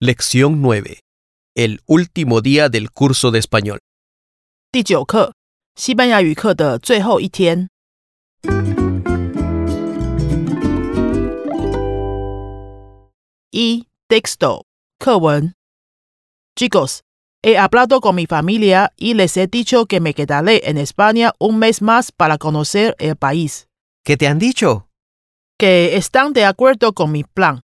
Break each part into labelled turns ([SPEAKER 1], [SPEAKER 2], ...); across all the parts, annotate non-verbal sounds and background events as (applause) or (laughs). [SPEAKER 1] Lección 9. El último día del curso de español.
[SPEAKER 2] 第九课，西班牙语课的最后一天。一 texto 课文。Chicos, he hablado con mi familia y les he dicho que me quedaré en España un mes más para conocer el país,
[SPEAKER 1] ¿Qué te han dicho?
[SPEAKER 2] que están de acuerdo con mi plan.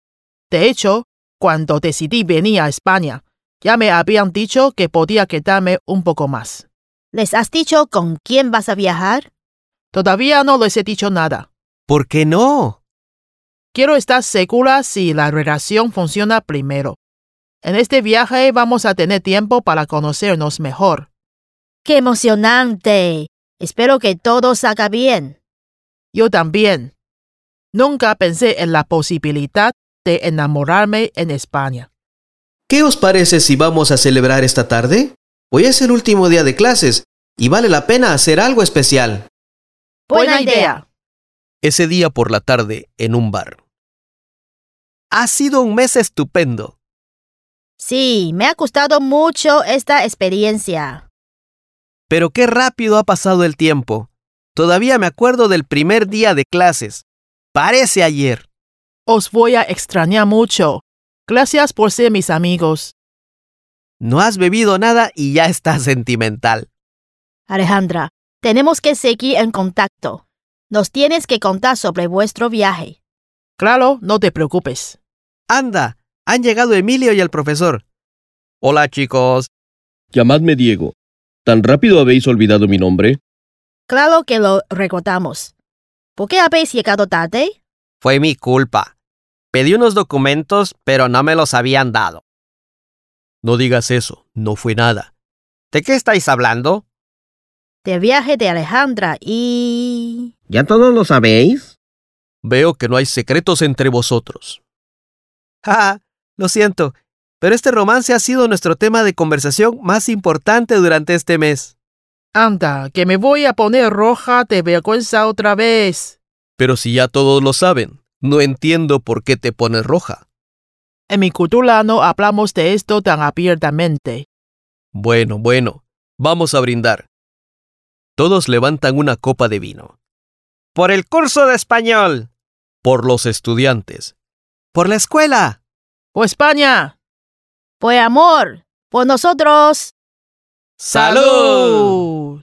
[SPEAKER 2] De hecho, cuando decidí venir a España, ya me habían dicho que podía quedarme un poco más.
[SPEAKER 3] ¿Les has dicho con quién vas a viajar?
[SPEAKER 2] Todavía no les he dicho nada.
[SPEAKER 1] ¿Por qué no?
[SPEAKER 2] Quiero estar segura si la relación funciona primero. En este viaje vamos a tener tiempo para conocernos mejor.
[SPEAKER 3] ¡Qué emocionante! Espero que todo salga bien.
[SPEAKER 2] Yo también. Nunca pensé en la posibilidad de enamorarme en España.
[SPEAKER 4] ¿Qué os parece si vamos a celebrar esta tarde? Hoy es el último día de clases y vale la pena hacer algo especial.
[SPEAKER 1] Ese día por la tarde en un bar. Ha sido un mes estupendo.
[SPEAKER 3] Sí, me ha gustado mucho esta experiencia.
[SPEAKER 1] Pero qué rápido ha pasado el tiempo. Todavía me acuerdo del primer día de clases. Parece ayer.
[SPEAKER 2] Os voy a extrañar mucho. Gracias por ser mis amigos.
[SPEAKER 1] No has bebido nada y ya estás (laughs) sentimental.
[SPEAKER 3] Alejandra, tenemos que seguir en contacto. Nos tienes que contar sobre vuestro viaje.
[SPEAKER 2] Claro, no te preocupes.
[SPEAKER 1] Anda, han llegado Emilio y el profesor. Hola chicos.
[SPEAKER 5] Llamadme Diego. ¿Tan rápido habéis olvidado mi nombre?
[SPEAKER 3] Claro que lo recordamos. ¿Por qué habéis llegado tarde?
[SPEAKER 1] Fue mi culpa. Pedí unos documentos, pero no me los habían dado. No digas eso, no fue nada. ¿De qué estáis hablando?
[SPEAKER 3] Del viaje de Alejandra y...
[SPEAKER 6] ¿Ya todos lo sabéis?
[SPEAKER 1] Veo que no hay secretos entre vosotros. Ah, lo siento, pero este romance ha sido nuestro tema de conversación más importante durante este mes.
[SPEAKER 2] Anda, que me voy a poner roja de vergüenza otra vez.
[SPEAKER 1] Pero si ya todos lo saben, no entiendo por qué te pones roja.
[SPEAKER 2] En mi cultura no hablamos de esto tan abiertamente.
[SPEAKER 1] Bueno, bueno, vamos a brindar. Todos levantan una copa de vino. Por el curso de español. Por los estudiantes. Por la escuela.
[SPEAKER 2] ¡O ¡Oh, España!
[SPEAKER 3] Pues, Por amor, por nosotros.
[SPEAKER 2] Salud!